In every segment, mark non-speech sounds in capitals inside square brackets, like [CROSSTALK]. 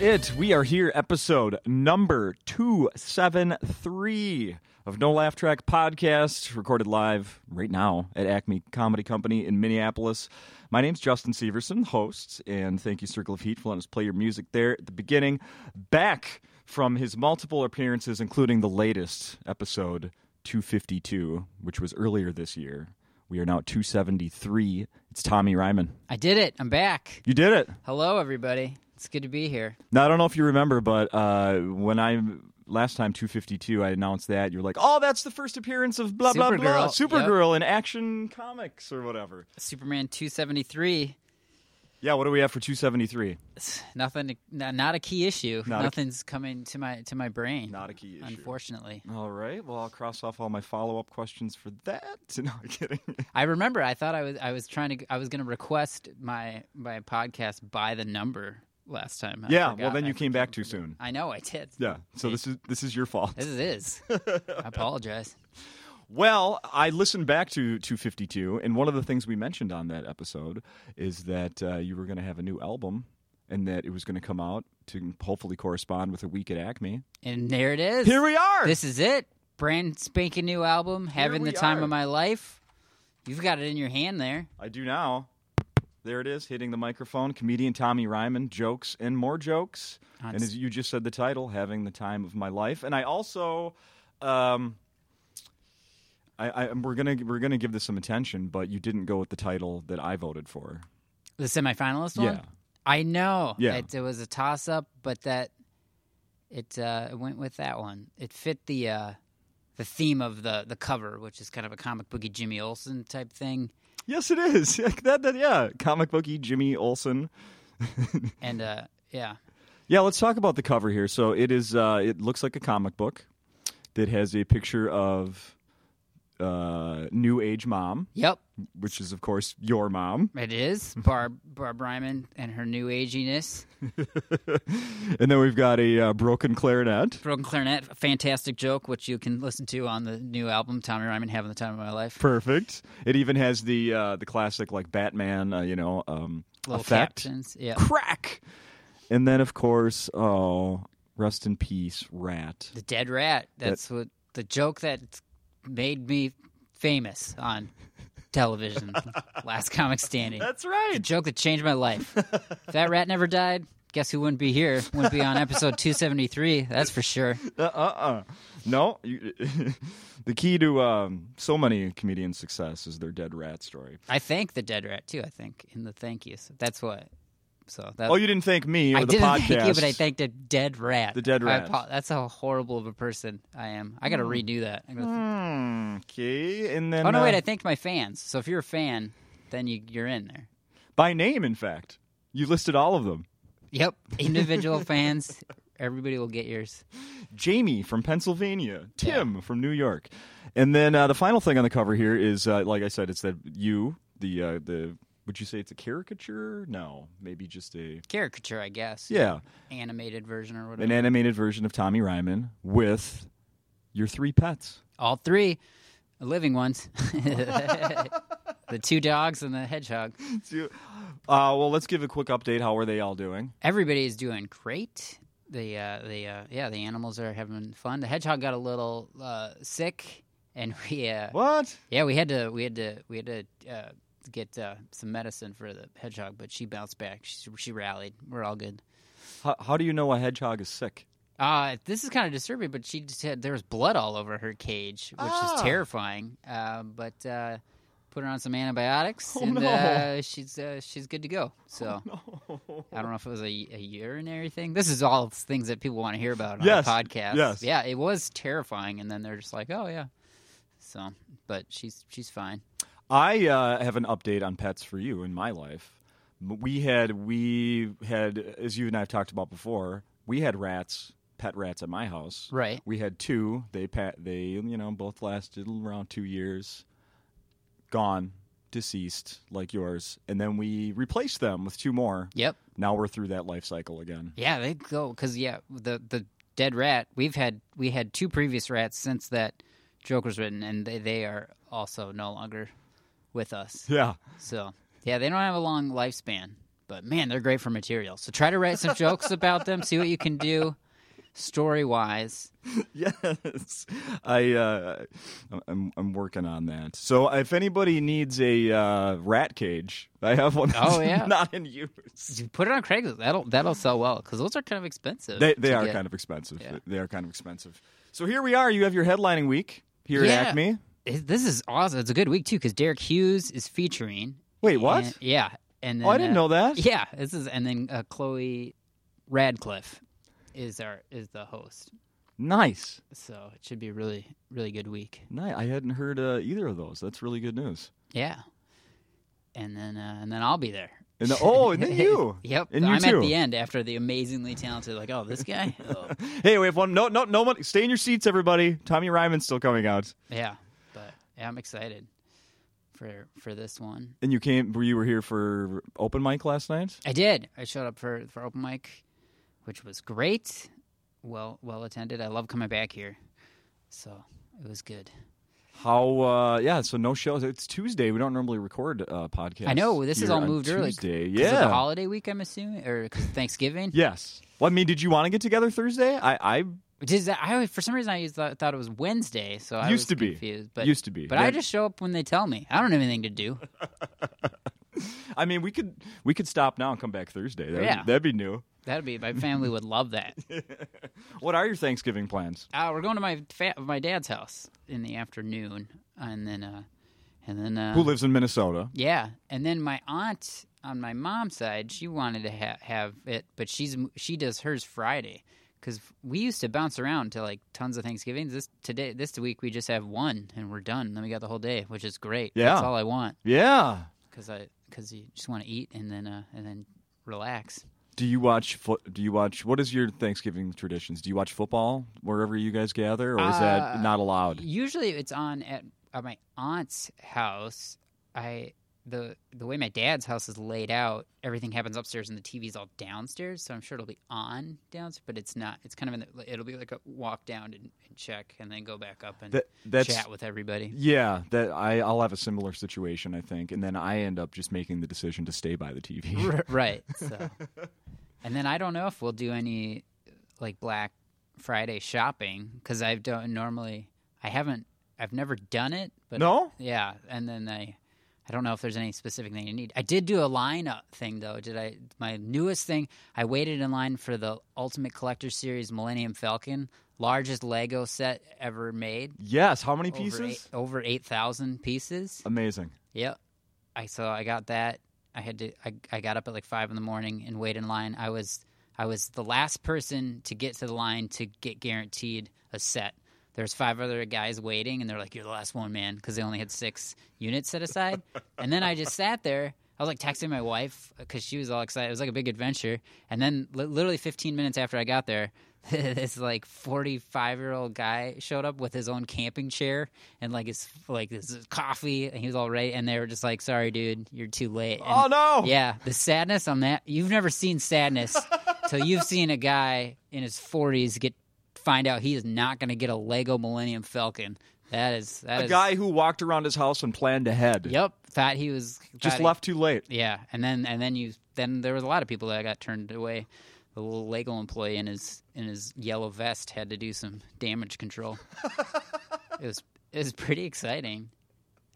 it. We are here, episode number 273 of No Laugh Track Podcast, recorded live right now at Acme Comedy Company in Minneapolis. My name's Justin Severson, host, and thank you, Circle of Heat, for letting us play your music there at the beginning. Back from his multiple appearances, including the latest episode 252, which was earlier this year. We are now at 273. It's Tommy Ryman. I did it. I'm back. You did it. Hello, everybody. It's good to be here. Now I don't know if you remember, but uh, when I last time 252, I announced that you were like, "Oh, that's the first appearance of blah blah blah, Supergirl, Supergirl in Action Comics or whatever." Superman 273. Yeah, what do we have for 273? Nothing. n- Not a key issue. Not a- Nothing's coming to my to my brain. Not a key issue. Unfortunately, All right, well I'll cross off all my follow up questions for that. [LAUGHS] No, I'm kidding. I remember. I thought I was. I was trying to. I was going to request my my podcast by the number last time. I yeah, well forgot. then I you came back forgot. too soon. I know. I did. Yeah, so this is this is your fault. This is. I [LAUGHS] apologize. Well, I listened back to 252, and one of the things we mentioned on that episode is that uh, you were going to have a new album and that it was going to come out to hopefully correspond with a week at Acme. And there it is. Here we are! This is it. Brand spanking new album. Having we the time are. of my life. You've got it in your hand there. I do now. There it is, hitting the microphone. Comedian Tommy Ryman, jokes and more jokes. On and as you just said, the title, Having the Time of My Life. And I also. Um, I, I, we're gonna we're gonna give this some attention, but you didn't go with the title that I voted for. The semifinalist one. Yeah. I know. Yeah. it, it was a toss up, but that it uh, it went with that one. It fit the uh, the theme of the the cover, which is kind of a comic booky Jimmy Olsen type thing, Yes, it is. [LAUGHS] that, that, yeah, comic booky Jimmy Olsen. and uh, yeah, Yeah, let's talk about the cover here. So it is. Uh, it looks like a comic book that has a picture of uh, new age mom, yep, which is of course your mom, [LAUGHS] it is Barb Barb Ryman and her new aginess. and then we've got a uh, broken clarinet. Broken clarinet, a fantastic joke, which you can listen to on the new album Tommy Ryman having the time of my life. Perfect. It even has the uh, the classic like Batman, uh, you know, um, Little effect. captions, yeah. Crack. And then of course, oh, rest in peace, Rat. The dead rat. That's what the joke that made me famous on [LAUGHS] television. Last comic standing. That's right. the joke that changed my life. if that rat never died, guess who wouldn't be here? Wouldn't be on episode 273. That's for sure. Uh uh uh. No, you, [LAUGHS] the key to um, so many comedians' success is their dead rat story. I thank the dead rat too. I think in the thank yous. That's what. So that. Oh, you didn't thank me or I the didn't podcast. thank you, but I thanked a dead rat. The dead I rat. apo- that's how horrible of a person I am. I got to redo that. I'm Hmm, gonna okay, and then oh no, uh, wait! I thanked my fans. So if you're a fan, then you, you're in there. by name, in fact, you listed all of them. Yep. [LAUGHS] Individual fans. Everybody will get yours. Jamie from Pennsylvania, Tim from New York, and then uh, the final thing on the cover here is, uh, like I said, it's that you, the uh, the. Would you say it's a caricature? No, maybe just a Caricature, I guess. yeah, Animated version or whatever. an animated version of Tommy Ryman with your three pets. All three living ones. [LAUGHS] the two dogs and the hedgehog. Do- Uh, well, let's give a quick update. How are they all doing? Everybody is doing great. The uh, the uh, yeah, the animals are having fun. The hedgehog got a little uh, sick, and [LAUGHS] we uh, What? yeah we had to we had to we had to uh, get uh, some medicine for the hedgehog, but she bounced back. She, she rallied. We're all good. How, how do you know a hedgehog is sick? Uh, this is kind of disturbing, but she just had there was blood all over her cage, which Ah. is terrifying. Uh, but uh, put her on some antibiotics, Oh, and no. uh, she's uh, she's good to go. So [LAUGHS] No. I don't know if it was a, a urinary thing. This is all things that people want to hear about on Yes, the podcast. yes. yeah, it was terrifying, and then they're just like, oh yeah. So, but she's she's fine. I uh, have an update on pets for you in my life. M- We had we had as you and I have talked about before. We had rats, pet rats at my house. Right. We had two. They pat they you know both lasted around two years. Gone, deceased, like yours, and then we replaced them with two more. Yep. Now we're through that life cycle again. Yeah, they go because yeah, the the dead rat. We've had we had two previous rats since that joke was written, and they they are also no longer with us. Yeah. So yeah, they don't have a long lifespan, But man, they're great for material. So try to write some jokes about them. See what you can do, story wise. [LAUGHS] yes, I uh, I'm I'm working on that. So if anybody needs a uh, rat cage, I have one. Oh, that's [LAUGHS] yeah. not in use. Put it on Craigslist. That'll that'll sell well because those are kind of expensive. They they Uh, to are get. kind of expensive. Yeah. They are kind of expensive. So here we are. You have your headlining week here Yeah. at Acme. It- This is awesome. It's a good week too because Derek Hughes is featuring. Wait, what? and- yeah, and then, oh, I didn't uh, know that. Yeah, this is and then uh, Chloe Radcliffe is our is the host. Nice. So it should be a really really good week. Nice. I hadn't heard uh, either of those. That's really good news. Yeah, and then uh, and then I'll be there. And the- oh, and [LAUGHS] then you. Yep, And you I'm too. at the end after the amazingly talented. Like, oh, [LAUGHS] this guy. Oh, Hey, we have one. No, no, no one. Stay in your seats, everybody. Tommy Ryman's still coming out. yeah, but yeah, I'm excited for for this one. And you came. You were here for open mic last night. I did. I showed up for for open mic, which was great. Well well attended. I love coming back here, so it was good. How? uh Yeah. So no shows. It's Tuesday. We don't normally record uh, podcasts. I know this is here all on moved early. Tuesday. 'cause of the Yeah. holiday week, I'm assuming, or 'cause Thanksgiving. Yes. Well, I mean, did you want to get together Thursday? I, I Which is I always, for some reason I used, thought, thought it was Wednesday, so I Used was to be. confused. But used to be, but Yeah. I just show up when they tell me. I don't have anything to do. I mean, we could we could stop now and come back Thursday. That'd, Yeah. that'd be new. That'd be my family would [LAUGHS] love that. What are your Thanksgiving plans? Uh, we're going to my fa- my dad's house in the afternoon, and then uh, and then uh, Who lives in Minnesota? Yeah, and then my aunt on my mom's side, she wanted to ha- have it, but she's she does hers Friday because we used to bounce around to like tons of Thanksgivings. This today, this week, we just have one and we're done. Then we got the whole day, which is great. Yeah. that's all I want Yeah. because I because you just want to eat and then uh, and then relax. Do you watch? Fo- do you watch? What is your Thanksgiving traditions? Do you watch football wherever you guys gather, or is that Uh, not allowed? Usually, it's on at, at my aunt's house. I the the way my dad's house is laid out, everything happens upstairs, and the TV's all downstairs. So I'm sure it'll be on downstairs, but it's not. It's kind of in the, it'll be like a walk down and, and check, and then go back up and That that's chat with [LAUGHS] everybody. yeah. That I I'll have a similar situation I think, and then I end up just making the decision to stay by the TV. R- right. So, and then I don't know if we'll do any like Black Friday shopping because I don't normally. I haven't. I've never done it, but no. Yeah, and then I, I don't know if there's any specific thing you need. I did do a lineup thing though. Did I? My newest thing. I waited in line for the Ultimate Collector Series Millennium Falcon, largest Lego set ever made. Yes. How many Over pieces? eight- over eight thousand pieces. Amazing. Yep. I so I got that. I had to. I, I got up at like five in the morning and waited in line. I was I was the last person to get to the line to get guaranteed a set. There's five other guys waiting, and they're like, "You're the last one, man," because they only had six units set aside. and then I just sat there. I was like texting my wife because she was all excited. It was like a big adventure. And then li- literally 15 minutes after I got there, [LAUGHS] this like 45 year old guy showed up with his own camping chair and like his like his coffee, and he was all right. And they were just like, "Sorry, dude, you're too late." And- oh no. yeah, the sadness on that. You've never [LAUGHS] seen sadness till you've seen a guy in his 40s get find out he is not going to get a Lego Millennium Falcon. That is that A is- guy who walked around his house and planned ahead. Yep, thought he was Just thought he- left too late. yeah, and then and then you then there was a lot of people that got turned away. The little Lego employee in his in his yellow vest had to do some damage control. it was it was pretty exciting,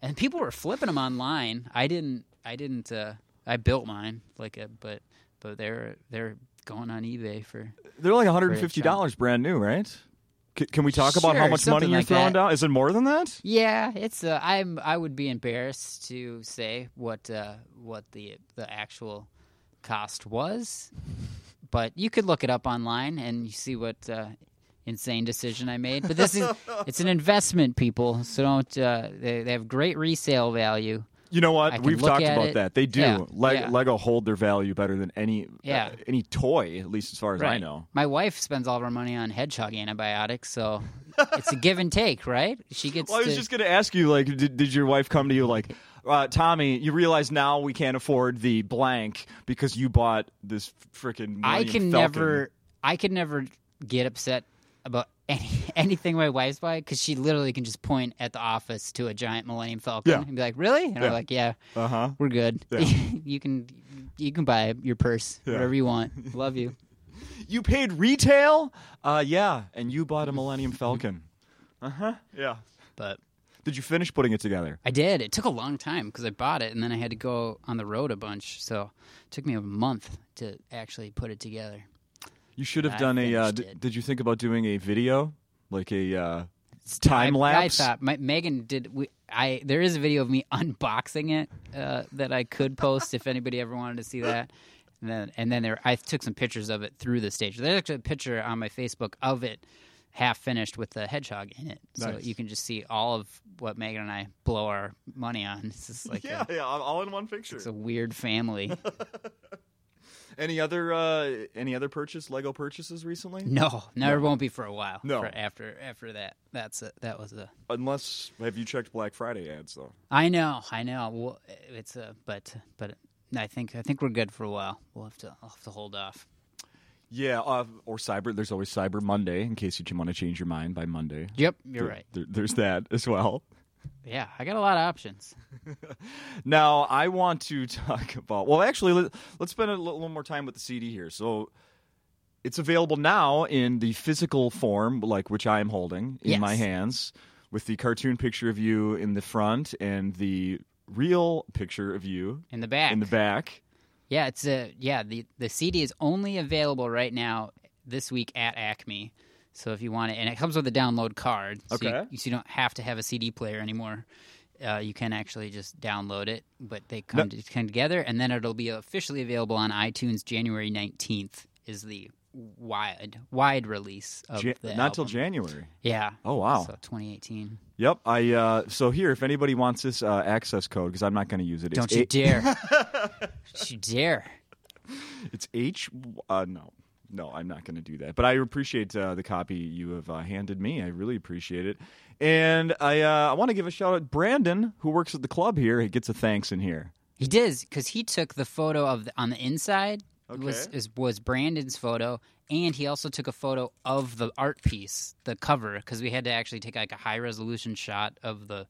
and people were flipping them online. I didn't I didn't uh, I built mine like a but but they're they're going on eBay for They're like $150 brand new, right? C- can we talk about how much Sure, money something you're like throwing that. down? Is it more than that? yeah it's uh, I'm I would be embarrassed to say what uh, what the the actual cost was, but you could look it up online and you see what uh, insane decision I made. But this is it's an investment, people. So don't uh, they, they have great resale value. You know I what? can We've look talked at about it. that. They do. Yeah, Le- yeah. Lego hold their value better than any Yeah. uh, any toy, at least as far as I know. My wife spends all of her money on hedgehog antibiotics, so it's a give and take, right? She gets. Well, I was to- just going to ask you like did, did your wife come to you like uh, Tommy, you realize now we can't afford the blank because you bought this freaking I can never I can never get upset about [LAUGHS] any anything my wife's by because she literally can just point at the office to a giant Millennium Falcon Yeah. and be like, "Really?" And Yeah. I'm like, "Yeah, Uh huh. we're good. Yeah. [LAUGHS] you can you can buy your purse Yeah. whatever you [LAUGHS] want. Love you." You paid retail? Uh, yeah. And you bought a Millennium [LAUGHS] Falcon. Uh huh. Yeah. But Did you finish putting it together? I did. It took a long time because I bought it and then I had to go on the road a bunch, so it took me a month to actually put it together. You should have I done a. Uh, finished d- it. did you think about doing a video, like a uh, time I- lapse? I, thought my, Megan did. We, I there is a video of me [LAUGHS] unboxing it uh, that I could post if anybody ever wanted to see that. And then and then there, I took some pictures of it through the stage. There's actually a picture on my Facebook of it half finished with the hedgehog in it, so Nice. you can just see all of what Megan and I blow our money on. [LAUGHS] It's just like yeah, a, yeah, all in one picture. it's a weird family. [LAUGHS] Any other uh, any other purchase Lego purchases recently? No, never won't be for a while. No. for after after that, that's a, that was a. Unless have you checked Black Friday ads though? I know, I know. Well, it's a but, but I think I think we're good for a while. We'll have to I'll have to hold off. Yeah, uh, or Cyber. There's always Cyber Monday in case you want to change your mind by Monday. Yep, you're There- right. there- there's that as well. Yeah, I got a lot of options. Now I want to [LAUGHS] talk about. Well, actually, let, let's spend a little, little more time with the CD here. So it's available now in the physical form, like which I am holding in Yes. my hands, with the cartoon picture of you in the front and the real picture of you In the back, in the back. Yeah, it's a yeah. The the CD is only available right now this week at Acme. So if you want it, and it comes with a download card, so Okay. you, so you don't have to have a CD player anymore. Uh, you can actually just download it, but they come, to, come together, and then it'll be officially available on iTunes January nineteenth. Is the wide wide release of Ja- the not till album. January. yeah. Oh wow. So 2018. Yep. I uh, so here if anybody wants this uh, access code because I'm not going to use it. Don't it's you A- dare! [LAUGHS] Don't you dare! It's H. Uh, no, no, I'm not going to do that. But I appreciate uh, the copy you have uh, handed me. I really appreciate it. And I, uh, I want to give a shout out Brandon, who works at the club here. He gets a thanks in here. He did because he took the photo of the, on the inside was Okay. is, was Brandon's photo, and he also took a photo of the art piece, the cover, because we had to actually take like a high resolution shot of the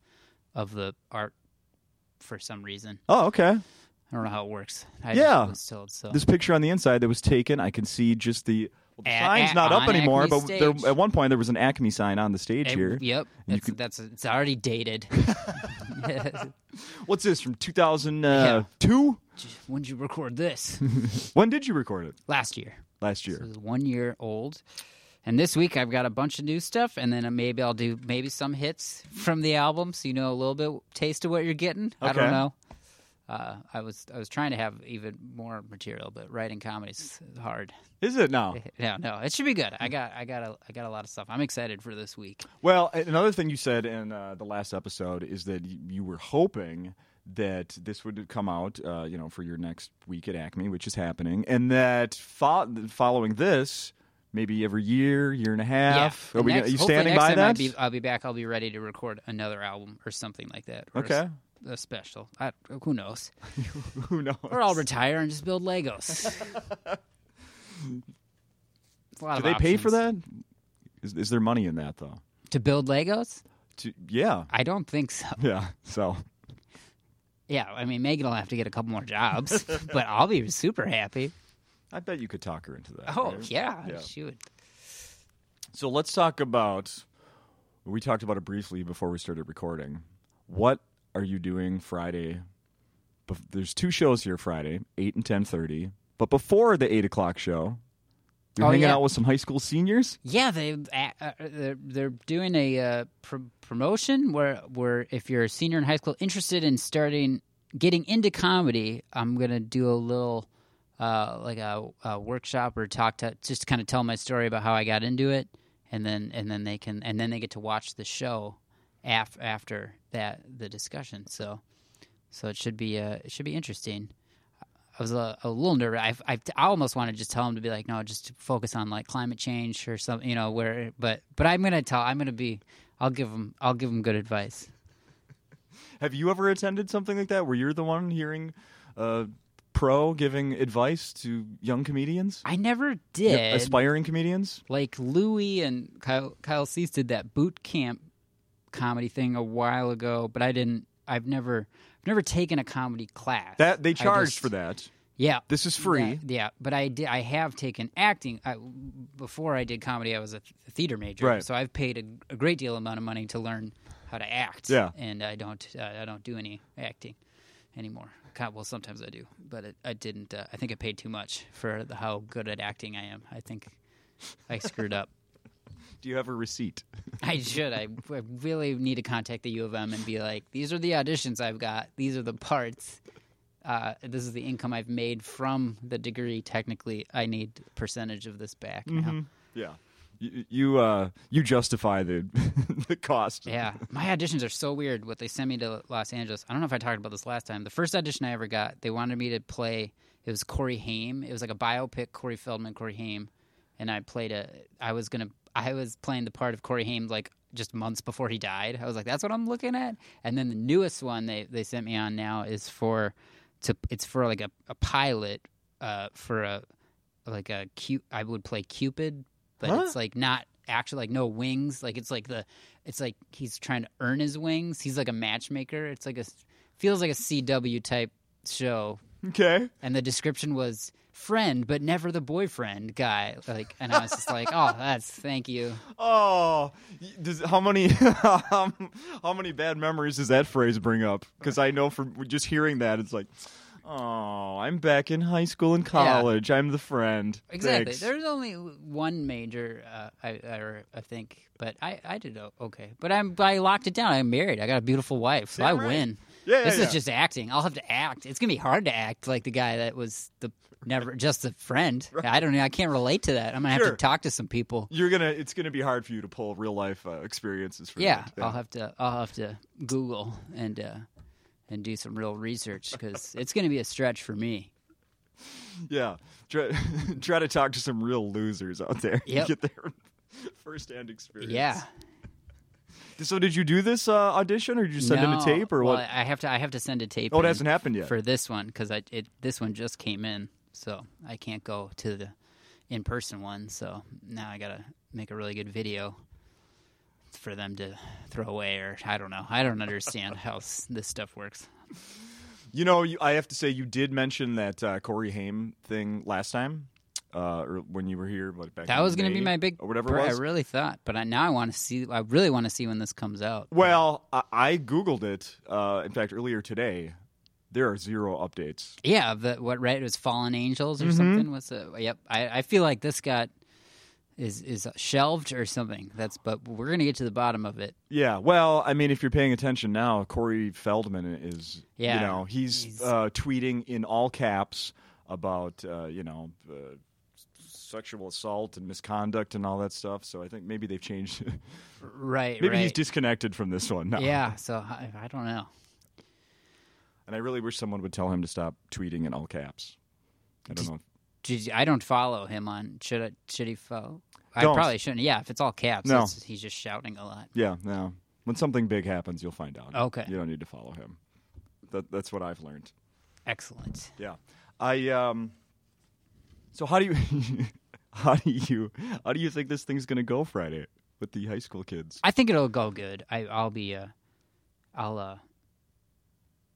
of the art for some reason. Oh, okay. I don't know how it works. I Yeah. just was told so. This picture on the inside that was taken, I can see just the. Well, the At- sign's at- not up on anymore, Acme but there, stage. at one point there was an Acme sign on the stage It- here. Yep, And you that's, that's it's already dated. [LAUGHS] What's this from 2002? when did you [LAUGHS] record this? When did you record it? Last year. Last It year. was one year old. And this week I've got a bunch of new stuff, and then maybe I'll do maybe some hits from the album, so you know a little bit taste of what you're getting. I Okay. don't know. Uh, I was I was trying to have even more material, but writing comedy's hard. [LAUGHS] Is it now? No, no, it should be good. I got I got a I got a lot of stuff. I'm excited for this week. Well, a- another thing you said in uh, the last episode is that y- you were hoping that this would come out, uh, you know, for your next week at Acme, which is happening, and that fo- following this, maybe every year, year and a half, yeah. are we? next, are you hopefully standing next by time that? [LAUGHS] I'll be, I'll be back. I'll be ready to record another album or something like that. or a s- okay. a special. I, who knows? Who [LAUGHS] knows? Or I'll retire and just build Legos. [LAUGHS] It's a lot Do of they pay for options. that? Is, is there money in that though? To build Legos? To, yeah, [LAUGHS] I don't think so. yeah. So Yeah, I mean, Megan will have to get a couple [LAUGHS] more jobs, but I'll be super happy. I bet you could talk her into that. Oh, right? yeah, Yeah. she would. So let's talk about. We talked about it briefly before we started recording. What are you doing Friday? Bef- There's two shows here Friday, eight and ten thirty. But before the eight o'clock show, you're Oh, hanging yeah. out with some high school seniors. Yeah, they uh, uh, they're, they're doing a uh, pr- promotion where where if you're a senior in high school interested in starting getting into comedy, I'm gonna do a little uh, like a, a workshop or talk to just kind of tell my story about how I got into it, and then and then they can and then they get to watch the show af- after that the discussion. So so it should be uh, it should be interesting. I was a, a little nervous. I, I, I almost want to just tell him to be like, no, just focus on like climate change or something, you know. Where, but but I'm gonna tell. I'm gonna be. I'll give him. I'll give him good advice. Have you ever attended something like that where you're the one hearing uh, pro giving advice to young comedians? I never Y- did. Aspiring comedians? like Louis and Kyle, Kyle Cease did that boot camp comedy thing a while ago, but I didn't. I've never, I've never taken a comedy class. That they I charge just- for that. Yeah, This is free. Yeah, yeah, but I did. I have taken acting. I, before I did comedy, I was a th- theater major, Right. so I've paid a, a great deal amount of money to learn how to act. Yeah. and I don't. Uh, I don't do any acting anymore. God, well, sometimes I do, but it, I didn't. Uh, I think I paid too much for the, how good at acting I am. I think I screwed up. Do you have a receipt? I should. I, I really need to contact the U of M and be like, these are the auditions I've got. These are the parts. Uh, this is the income I've made from the degree. Technically, I need percentage of this back now. Yeah. You you, uh, you justify the [LAUGHS] the cost. Yeah, my auditions are so weird. What they sent me to Los Angeles. I don't know if I talked about this last time. The first audition I ever got, they wanted me to play. It was Corey Haim. It was like a biopic, Corey Feldman, Corey Haim, and I played a. I was gonna. I was playing the part of Corey Haim like just months before he died. I was like, that's what I'm looking at. And then the newest one they they sent me on now is for, to it's for like a a pilot, uh, for a like a cute I would play Cupid, but Huh? it's like not actually like no wings. Like it's like the it's like he's trying to earn his wings. He's like a matchmaker. It's like a feels like a CW type show. Okay. And the description was friend but never the boyfriend guy. Like and I was just like, "Oh, that's thank you." Oh, y- does, how many [LAUGHS] um, how many bad memories does that phrase bring up? Because I know from just hearing that, it's like, oh, I'm back in high school and college. I'm the friend. Exactly. Thanks. There's only one major, uh, I, I, I think, but I, I did o- okay. But I'm I locked it down. I'm married. I got a beautiful wife, so Damn I right. win. Yeah, yeah, this yeah. is just acting. I'll have to act. It's gonna be hard to act like the guy that was the never just a friend. I don't know. I can't relate to that. I'm gonna have Sure. to talk to some people. You're gonna. It's gonna be hard for you to pull real life uh, experiences. For Yeah, that. I'll have to. I'll have to Google and uh, and do some real research because it's gonna be a stretch for me. [LAUGHS] Yeah. Try, [LAUGHS] try to talk to some real losers out there. [LAUGHS] and Yep. Get their firsthand experience. Yeah. So did you do this uh, audition, or did you send in No, a tape, or well, what? I have to. I have to send a tape. Oh, it in hasn't happened yet. for this one because I it this one just came in, so I can't go to the in person one. So now I gotta make a really good video for them to throw away, or I don't know. I don't [LAUGHS] understand how s- this stuff works. You know, you, I have to say, you did mention that uh, Corey Haim thing last time, uh, or when you were here. But back That in was gonna be May, my big or whatever pr- it was. I really thought, but I, now I want to see. I really want to see when this comes out. well, I, I googled it. Uh, in fact, earlier today, there are zero updates. Yeah, the, what right it was Fallen Angels or Mm-hmm. something was a yep. I, I feel like this got is is shelved or something. That's but we're gonna get to the bottom of it. Yeah. Well, I mean, if you're paying attention now, Corey Feldman is, you Yeah, know, he's, he's- uh, tweeting in all caps about, uh, you know, uh, sexual assault and misconduct and all that stuff. So I think maybe they've changed. [LAUGHS] Right, maybe right. he's disconnected from this one now. Yeah, [LAUGHS] so I, I don't know. And I really wish someone would tell him to stop tweeting in all caps. I don't know. Did you- I don't follow him on. Should I, should he follow? I Don't. probably shouldn't. Yeah, if it's all caps, No. it's- he's just shouting a lot. Yeah, no. When something big happens, you'll find out. Okay. You don't need to follow him. That, that's what I've learned. Excellent. Yeah. I um so how do you [LAUGHS] how do you how do you think this thing's going to go Friday with the high school kids? I think it'll go good. I, I'll be. Uh, I'll. Uh,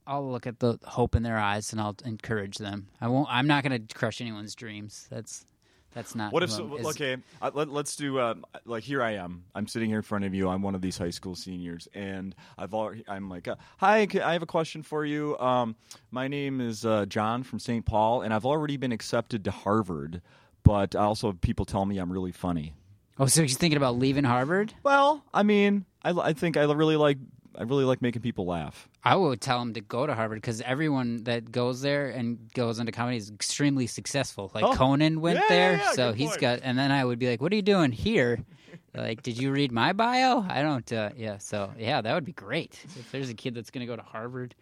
I'll look at the hope in their eyes and I'll encourage them. I won't. I'm not going to crush anyone's dreams. That's. That's not. What if who so, I'm- Um, is- okay, I, let, let's do um, like here I am. I'm sitting here in front of you. I'm one of these high school seniors and I've already I'm like, uh, "Hi, c- I have a question for you. Um my name is uh, John from St. Paul and I've already been accepted to Harvard, but I also have people tell me I'm really funny." Oh, so he's thinking about leaving Harvard? Well, I mean, I, I think I really like I really like making people laugh. I would tell him to go to Harvard because everyone that goes there and goes into comedy is extremely successful. Like Oh. Conan went Yeah, there, yeah, yeah, so good he's point. got. And then I would be like, "What are you doing here? like, did you read my bio? I don't. Uh, yeah, so yeah, that would be great. If there's a kid that's going to go to Harvard,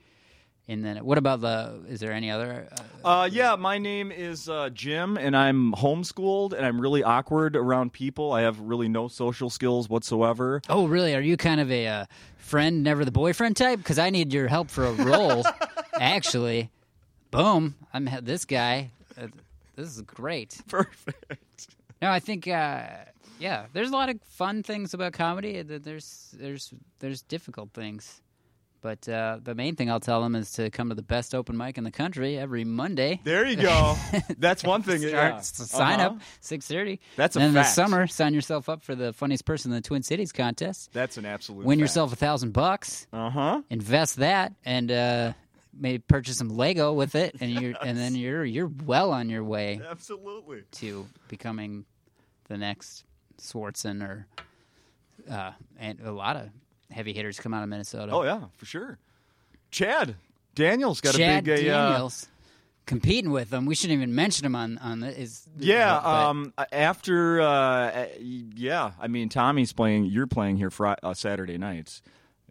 and then what about the? Is there any other? Uh, Uh, yeah, my name is uh, Jim, and I'm homeschooled, and I'm really awkward around people. I have really no social skills [LAUGHS] whatsoever. oh, really? Are you kind of a uh, [LAUGHS] friend, never the boyfriend type? Because I need your help for a role, actually. boom, I'm ha- this guy. Uh, this is great. Perfect. No, I think uh, yeah, there's a lot of fun things about comedy. and then There's there's there's difficult things, but uh, the main thing I'll tell them is to come to the best open mic in the country every Monday. There you [LAUGHS] go. That's one thing. Start- yeah. s- Sign Uh-huh. up six thirty. That's a and in the fact. summer, sign yourself up for the funniest person in the Twin Cities contest. That's an absolute. Win yourself a thousand bucks. Uh huh. invest that and uh maybe purchase some Lego with it and you're and then you're you're well on your way Absolutely. to becoming the next Swartzen or uh and a lot of heavy hitters come out of Minnesota. Oh yeah, for sure. Chad Daniels got a Chad big. uh, Daniels competing with them. We shouldn't even mention him on on the, is yeah. but- um. After. Uh. uh, Yeah. I mean, Tommy's playing. You're playing here Friday, uh, Saturday nights,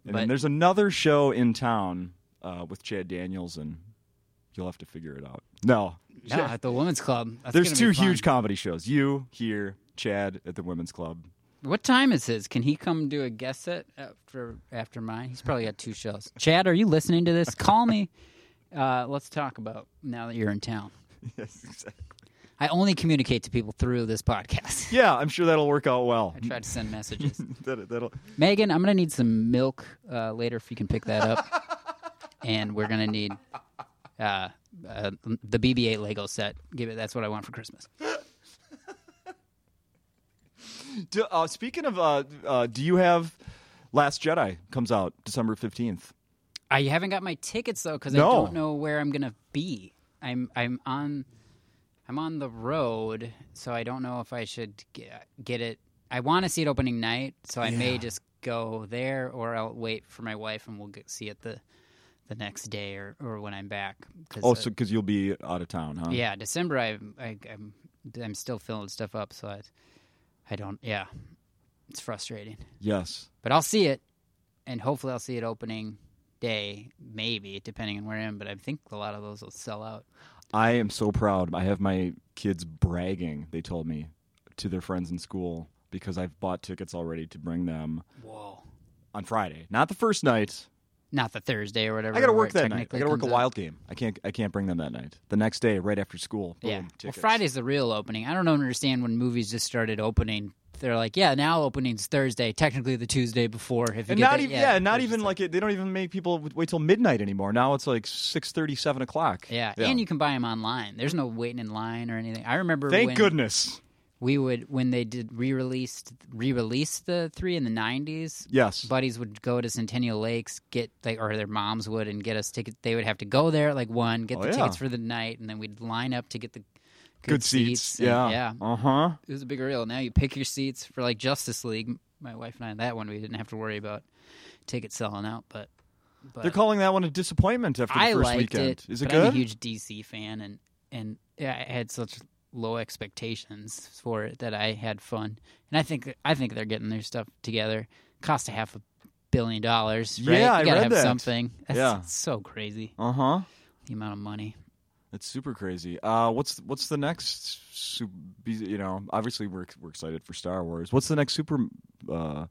and then But- there's another show in town uh, with Chad Daniels, and you'll have to figure it out. No. no, at the women's club. That's There's gonna two be fun. huge comedy shows. You here, Chad at the women's club. What time is his? Can he come do a guest set after after mine? He's probably got two shows. Chad, are you listening to this? Call [LAUGHS] me. Uh, let's talk about now that you're in town. [LAUGHS] yes, exactly. I only communicate to people through this podcast. [LAUGHS] Yeah, I'm sure that'll work out well. I try to send messages. [LAUGHS] that, that'll. Megan, I'm gonna need some milk uh, later if you can pick that up, and we're gonna need uh, uh, the BB-8 Lego set. Give it. That's what I want for Christmas. Do, uh, speaking of, uh, uh, do you have Last Jedi comes out December fifteenth? I haven't got my tickets though because No. I don't know where I'm gonna be. I'm I'm on I'm on the road, so I don't know if I should get, get it. I want to see it opening night, so I may Yeah. just go there, or I'll wait for my wife and we'll get, see it the the next day or, or when I'm back. Cause, Oh, uh, so because you'll be out of town, huh? yeah, December I, I I'm I'm still filling stuff up, so I I don't. Yeah, it's frustrating Yes. but I'll see it, and hopefully I'll see it opening day, maybe depending on where I am. But I think a lot of those will sell out. I am so proud. I have my kids bragging. They told me to their friends in school because I've bought tickets already to bring them Whoa! on Friday, not the first night. Not the Thursday or whatever. I got to where work it that night. I technically got to work a comes out. wild game. I can't. I can't bring them that night. The next day, right after school. Boom, Yeah. Well, tickets. Friday's the real opening. I don't understand when movies just started opening. They're like, yeah, now opening's Thursday, technically the Tuesday before. If you And get not the- even yeah, not they're even just like it, they don't even make people wait till midnight anymore. Now it's like six thirty, seven o'clock. yeah. and you can buy them online. There's no waiting in line or anything. I remember Thank when goodness. we would when they did re-released re-release the three in the '90s. Yes. buddies would go to Centennial Lakes, get like, or their moms would, and get us tickets. They would have to go there at like one, get Oh, the yeah. tickets for the night, and then we'd line up to get the good, good seats. and- Yeah. yeah, Uh huh. it was a big deal. Now you pick your seats for like Justice League. My wife and I, that one we didn't have to worry about tickets selling out, but but They're calling that one a disappointment after the I first liked weekend. it. Is it but good? I'm a huge DC fan, and and yeah, I had such low expectations for it that I had fun, and I think I think they're getting their stuff together. Cost a half a billion dollars. Right? Yeah, I you gotta read have that. something. That's Yeah. it's so crazy uh huh. the amount of money. It's super crazy. Uh, what's what's the next? Super, you know, obviously we're we're excited for Star Wars. What's the next super? Uh,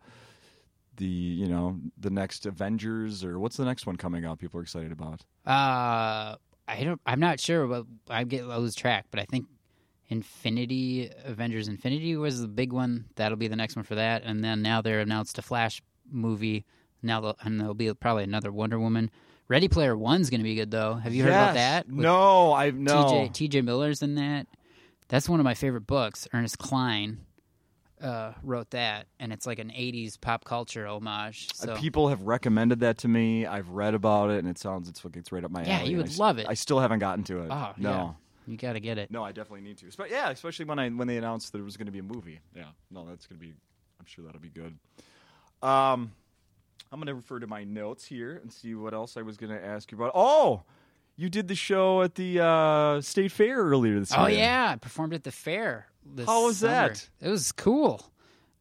the you know the next Avengers or what's the next one coming out? People are excited about. Uh, I don't. I'm not sure, but I get I lose track. But I think Infinity Avengers Infinity was the big one. That'll be the next one for that. And then now they're announced a Flash movie. Now they'll- and there'll be probably another Wonder Woman. Ready Player One's going to be good though. Have you heard about Yes. that? With no, I no. TJ TJ Miller's in that. That's one of my favorite books. Ernest Klein uh, wrote that, and it's like an '80s pop culture homage. So Uh, People have recommended that to me. I've read about it, and it sounds it's like it's right up my Yeah, alley. you and would I s- love it. I still haven't gotten to it. Oh, no, yeah. you got to get it. no, I definitely need to. But yeah, especially when I when they announced that it was going to be a movie. Yeah, no, that's going to be. I'm sure that'll be good. Um, I'm going to refer to my notes here and see what else I was going to ask you about. Oh, you did the show at the uh, state fair earlier this Oh year. yeah, I performed at the fair. This How was summer. that? It was cool.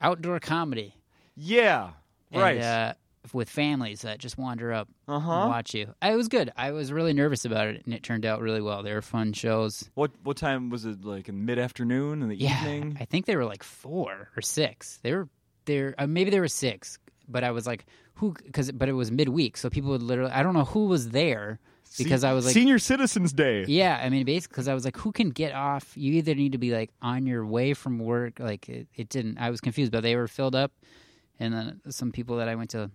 Outdoor comedy, yeah, right. And, uh, with families that just wander up Uh-huh. and watch you. Uh, It was good. I was really nervous about it, and it turned out really well. They were fun shows. What what time was it? Like in mid afternoon in the Yeah, evening. I think they were like four or six. They were there. Uh, maybe they were six, but I was like, who? Because but it was midweek, so people would literally. I don't know who was there. because I was like, Senior Citizens Day. yeah, I mean, basically, because I was like, who can get off? You either need to be like on your way from work. Like it, it didn't. I was confused, but they were filled up, and then some people that I went to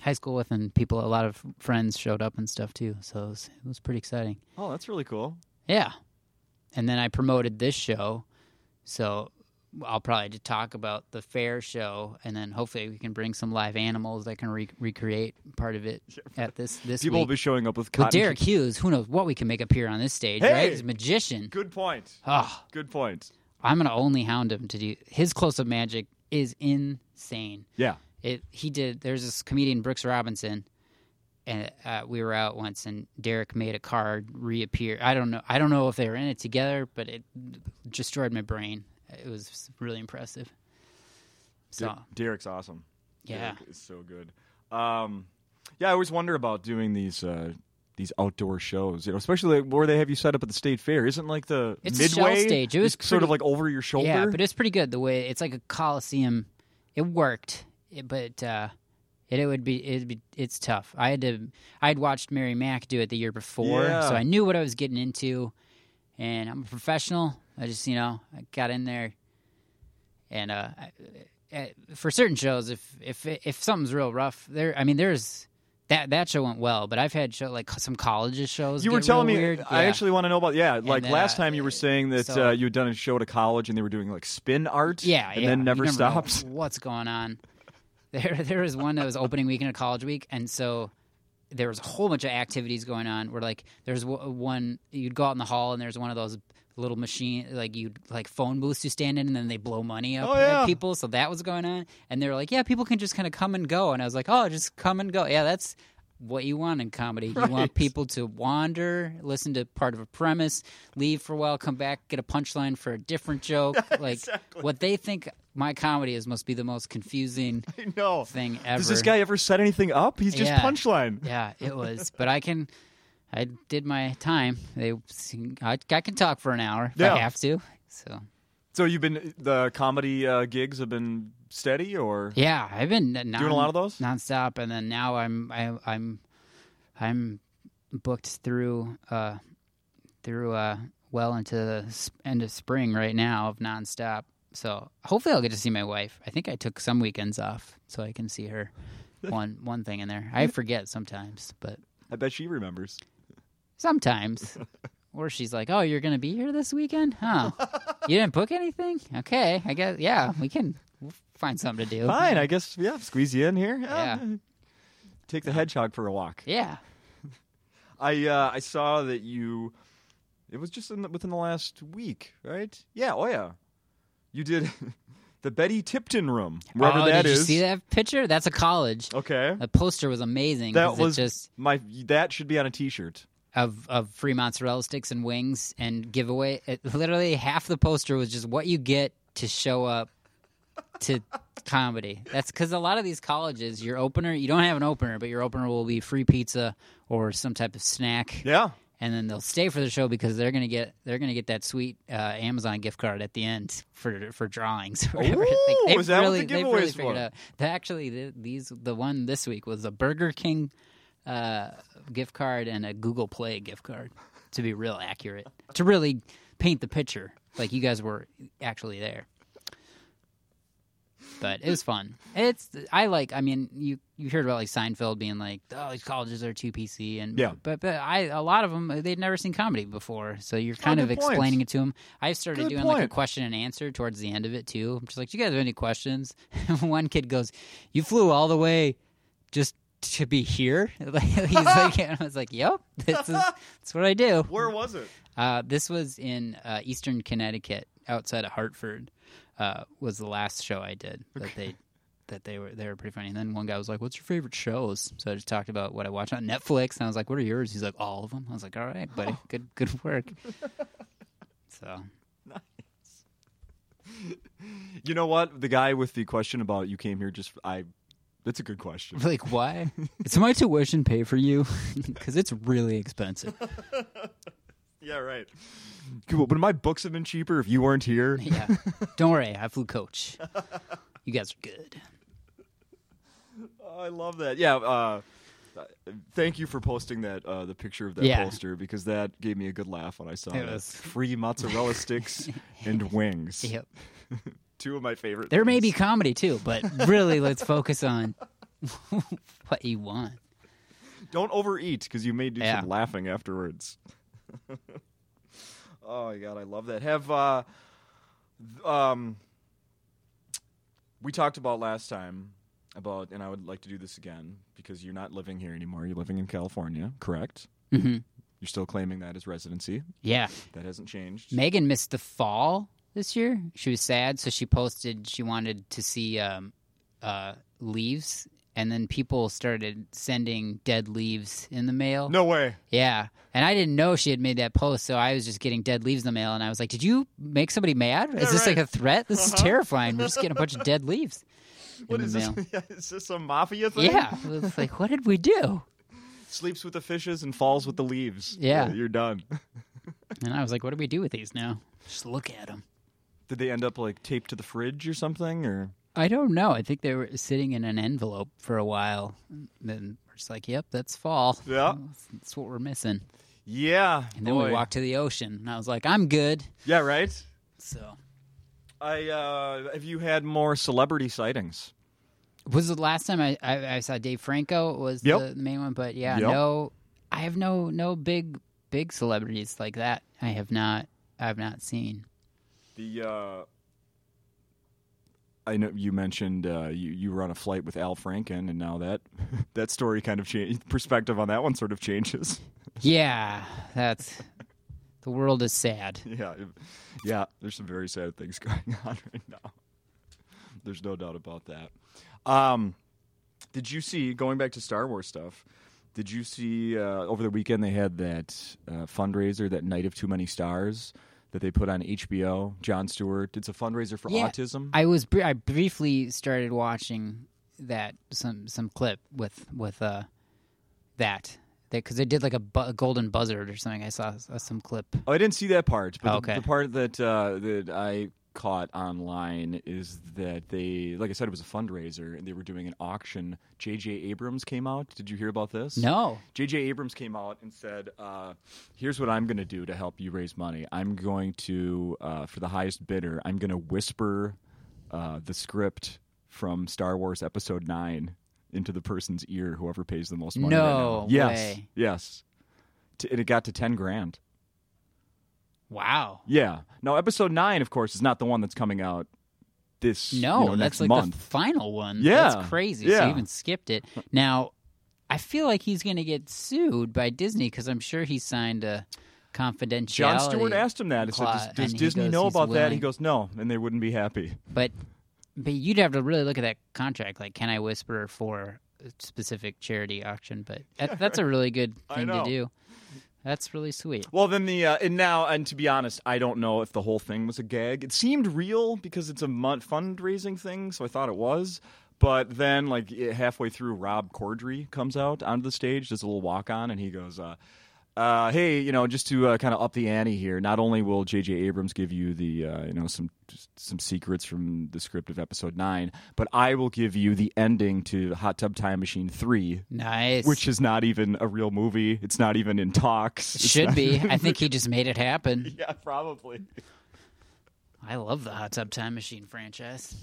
high school with, and people, a lot of friends showed up and stuff too. So it was, it was pretty exciting. Oh, that's really cool. Yeah. And then I promoted this show. So I'll probably just talk about the fair show and then hopefully we can bring some live animals that can re- recreate part of it at this this People will week. be showing up with With cotton. Derek Hughes, who knows what we can make appear on this stage, Hey! right? He's a magician. Good point. Oh, Good point. I'm going to only hound him to do his close up magic is insane Yeah. it he did there's this comedian brooks robinson and uh, we were out once and derek made a card reappear i don't know i don't know if they were in it together but it destroyed my brain it was really impressive so Der- Derek's awesome. yeah Derek is so good. Um, yeah, I always wonder about doing these uh, these outdoor shows, you know, especially where they have you set up at the state fair. Isn't like the It's a shell midway stage. It was is sort of pretty- like over your shoulder. yeah but it's pretty good the way it's like a coliseum it worked it, but uh it, it would be it'd be it's tough i had to i'd watched mary mack do it the year before Yeah. so i knew what i was getting into and i'm a professional i just you know i got in there and uh, I- I- for certain shows, if if if something's real rough, there. I mean, there's that that show went well, but I've had show like some colleges shows. you were get telling me. real weird. I Yeah. actually want to know about yeah. Like then, last uh, time, you were saying that so- uh, you had done a show at a college and they were doing like spin art. Yeah, and yeah. then You never know stops. [LAUGHS] What's going on? [LAUGHS] There, there was one that was opening weekend of college week, and so there was a whole bunch of activities going on. Where like there's w- one you'd go out in the hall, and there's one of those little machine like you would like phone booths you stand in, and then they blow money up Oh, at yeah. people. So that was going on, and they were like, "Yeah, people can just kind of come and go," and I was like, "Oh, just come and go." Yeah, that's. What you want in comedy? You Right. want people to wander, listen to part of a premise, leave for a while, come back, get a punchline for [LAUGHS] a different joke. like what they think my comedy is must be the most confusing I know. thing ever. Does this guy ever set anything up? He's just Yeah. punchline. Yeah, [LAUGHS] it was. But I can. I did my time. They, I, I can talk for an hour if Yeah. I have to. So So you've been the comedy uh, gigs have been steady, or yeah, um, I've been non, doing a lot of those. nonstop, and then now I'm I, I'm I'm booked through uh through uh well into the s- end of spring right now of nonstop. So hopefully I'll get to see my wife. I think I took some weekends off so I can see [LAUGHS] her. One one thing in there, I forget sometimes, but I bet she remembers. sometimes. Or she's like, "Oh, you're gonna be here this weekend, huh? You didn't book anything? Okay, I guess. Yeah, we can we'll find something to do. Fine, I guess. Yeah, squeeze you in here. Yeah. Take the hedgehog for a walk. Yeah, I uh, I saw that you. It was just in the, within the last week, right? Yeah. Oh yeah. You did [LAUGHS] the Betty Tipton room, wherever oh, that did is. you see that picture? That's a college. Okay. The poster was amazing. That 'cause was- it just My that should be on a T-shirt. of of free mozzarella sticks and wings and giveaway. It, literally half the poster was just what you get to show up to comedy. That's because a lot of these colleges, your opener, you don't have an opener, but your opener will be free pizza or some type of snack, Yeah. and then they'll stay for the show because they're gonna get they're gonna get that sweet uh, Amazon gift card at the end for for drawings. or whatever. [LAUGHS] Ooh, They've is that what the they've giveaway is figured for? out- they Actually, the, these the one this week was a Burger King uh, gift card and a Google Play gift card. To be real accurate, to really paint the picture, like you guys were actually there. But it was fun. It's I like. I mean, you you heard about like Seinfeld being like, oh, these colleges are too PC, and Yeah. But but I a lot of them they'd never seen comedy before, so you're kind of Oh, good point. explaining it to them. I started Good doing like a point. question and answer towards the end of it too. I'm just like, do you guys have any questions? [LAUGHS] One kid goes, "You flew all the way just to be here." [LAUGHS] Like, He's like, [LAUGHS] and I was like, "Yep, this is that's what [LAUGHS] I do." Where was it? Uh, this was in uh, Eastern Connecticut, outside of Hartford. Uh, was the last show I did that they that they were they were pretty funny. And then one guy was like, "What's your favorite shows?" So I just talked about what I watch on Netflix, and I was like, "What are yours?" He's like, "All of them." I was like, "All right, buddy, good good work." so You know what? The guy with the question about you came here just I. That's a good [LAUGHS] question. like, why? It's my tuition pay for you [LAUGHS] because it's really expensive. yeah. Right. Would my books have been cheaper if you weren't here? Yeah, don't worry, I flew coach. You guys are good. Oh, I love that. Yeah, uh, Thank you for posting that uh, the picture of that Yeah. poster because that gave me a good laugh when I saw It it. was- Free mozzarella [LAUGHS] sticks and wings. Yep. Two of my favorite. There may things. be comedy too, but really, let's focus on [LAUGHS] what you want. Don't overeat because you may do Yeah. some laughing afterwards. [LAUGHS] oh my god, I love that. Have uh, th- um, we talked about last time about, and I would like to do this again because you're not living here anymore. You're living in California, correct? hmm You're still claiming that as residency. Yeah. That hasn't changed. Megan missed the fall this year. She was sad, so she posted she wanted to see um, uh, leaves, and then people started sending dead leaves in the mail. No way. Yeah, and I didn't know she had made that post, so I was just getting dead leaves in the mail, and I was like, "Did you make somebody mad? Is Yeah, this like right. Uh-huh. a threat? This is terrifying. [LAUGHS] We're just getting a bunch of dead leaves What in is the [LAUGHS] this? mail." Yeah, is this a mafia thing? Yeah, it was like, what did we do? Sleeps with the fishes and falls with the leaves. Yeah. You're done. And I was like, what do we do with these now? Just look at them. [LAUGHS] Did they end up like taped to the fridge or something? Or I don't know. I think they were sitting in an envelope for a while. And then we're just like, yep, that's fall. Yeah. That's, that's what we're missing. yeah. And then we boy. walked to the ocean, and I was like, I'm good. Yeah, right. So, I uh, have you had more celebrity sightings? was the last time I, I, I saw Dave Franco was Yep. the main one, but yeah, Yep. no, I have no no big big celebrities like that. I have not I have not seen. The uh, I know you mentioned uh, you you were on a flight with Al Franken, and now that [LAUGHS] that story kind of changed. Perspective on that one sort of changes. Yeah, that's the world is sad. [LAUGHS] Yeah, it- yeah. There's some very sad things [LAUGHS] going on right now. There's no doubt about that. Um, did you see going back to Star Wars stuff? Did you see uh, over the weekend they had that uh, fundraiser, that Night of Too Many Stars, that they put on HBO? John Stewart. It's a fundraiser for Yeah, autism. I was br- I briefly started watching that some some clip with with uh that because they did like a, bu- a golden buzzard or something. I saw, saw some clip. oh, I didn't see that part. But Oh, the, okay. the part that uh, that I caught online is that they, like I said, it was a fundraiser and they were doing an auction. J.J. Abrams came out. Did you hear about this? No, J.J. Abrams came out and said, uh, "Here's what I'm going to do to help you raise money. I'm going to, uh, for the highest bidder, I'm going to whisper uh, the script from Star Wars Episode Nine into the person's ear, whoever pays the most money." right No now. yes, way. yes, T- and it got to ten grand. wow. Yeah. Now, Episode Nine, of course, is not the one that's coming out this. you No, know, that's next like month. the final one. Yeah, that's crazy. So yeah. you even skipped it. Now, I feel like he's going to get sued by Disney because I'm sure he signed a confidentiality. John Stewart asked him that. He said, clause, "Does, does and he Disney goes, know he's about that?" He willing. goes, "No," and they wouldn't be happy. But but you'd have to really look at that contract. Like, can I whisper for a specific charity auction? But [LAUGHS] that, that's a really good I thing to know. do. That's really sweet. Well, then the uh, and now and to be honest, I don't know if the whole thing was a gag. It seemed real because it's a mon- fundraising thing, so I thought it was. But then, like i- halfway through, Rob Corddry comes out onto the stage, does a little walk on, and he goes, uh, uh, "Hey, you know, just to uh, kind of up the ante here. Not only will J.J. Abrams give you the uh, you know some some secrets from the script of Episode Nine, but I will give you the ending to Hot Tub Time Machine Three, Nice. which is not even a real movie. It's not even in talks. It's should not [LAUGHS] be. even- I think he just made it happen. [LAUGHS] yeah, probably. I love the Hot Tub Time Machine franchise.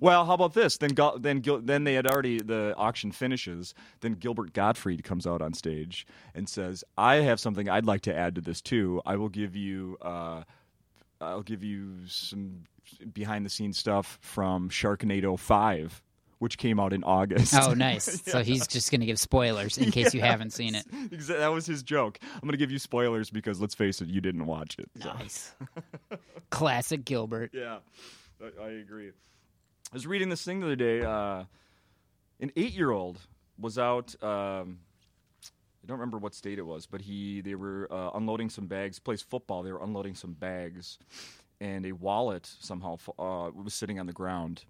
Well, how about this? Then, Go- then, Gil- then they had already the auction finishes. Then Gilbert Gottfried comes out on stage and says, "I have something I'd like to add to this too. I will give you, uh, I'll give you some behind the scenes stuff from Sharknado Five, which came out in August. Oh, nice. So he's just going to give spoilers in case you haven't seen it. [LAUGHS] Exa- that was his joke. I'm going to give you spoilers because let's face it, you didn't watch it. so. Nice. [LAUGHS] Classic Gilbert. Yeah, I, I agree. I was reading this thing the other day. Uh, an eight-year-old was out. Um, I don't remember what state it was, but he they were uh, unloading some bags. Plays football. They were unloading some bags, and a wallet somehow fo- uh, was sitting on the ground.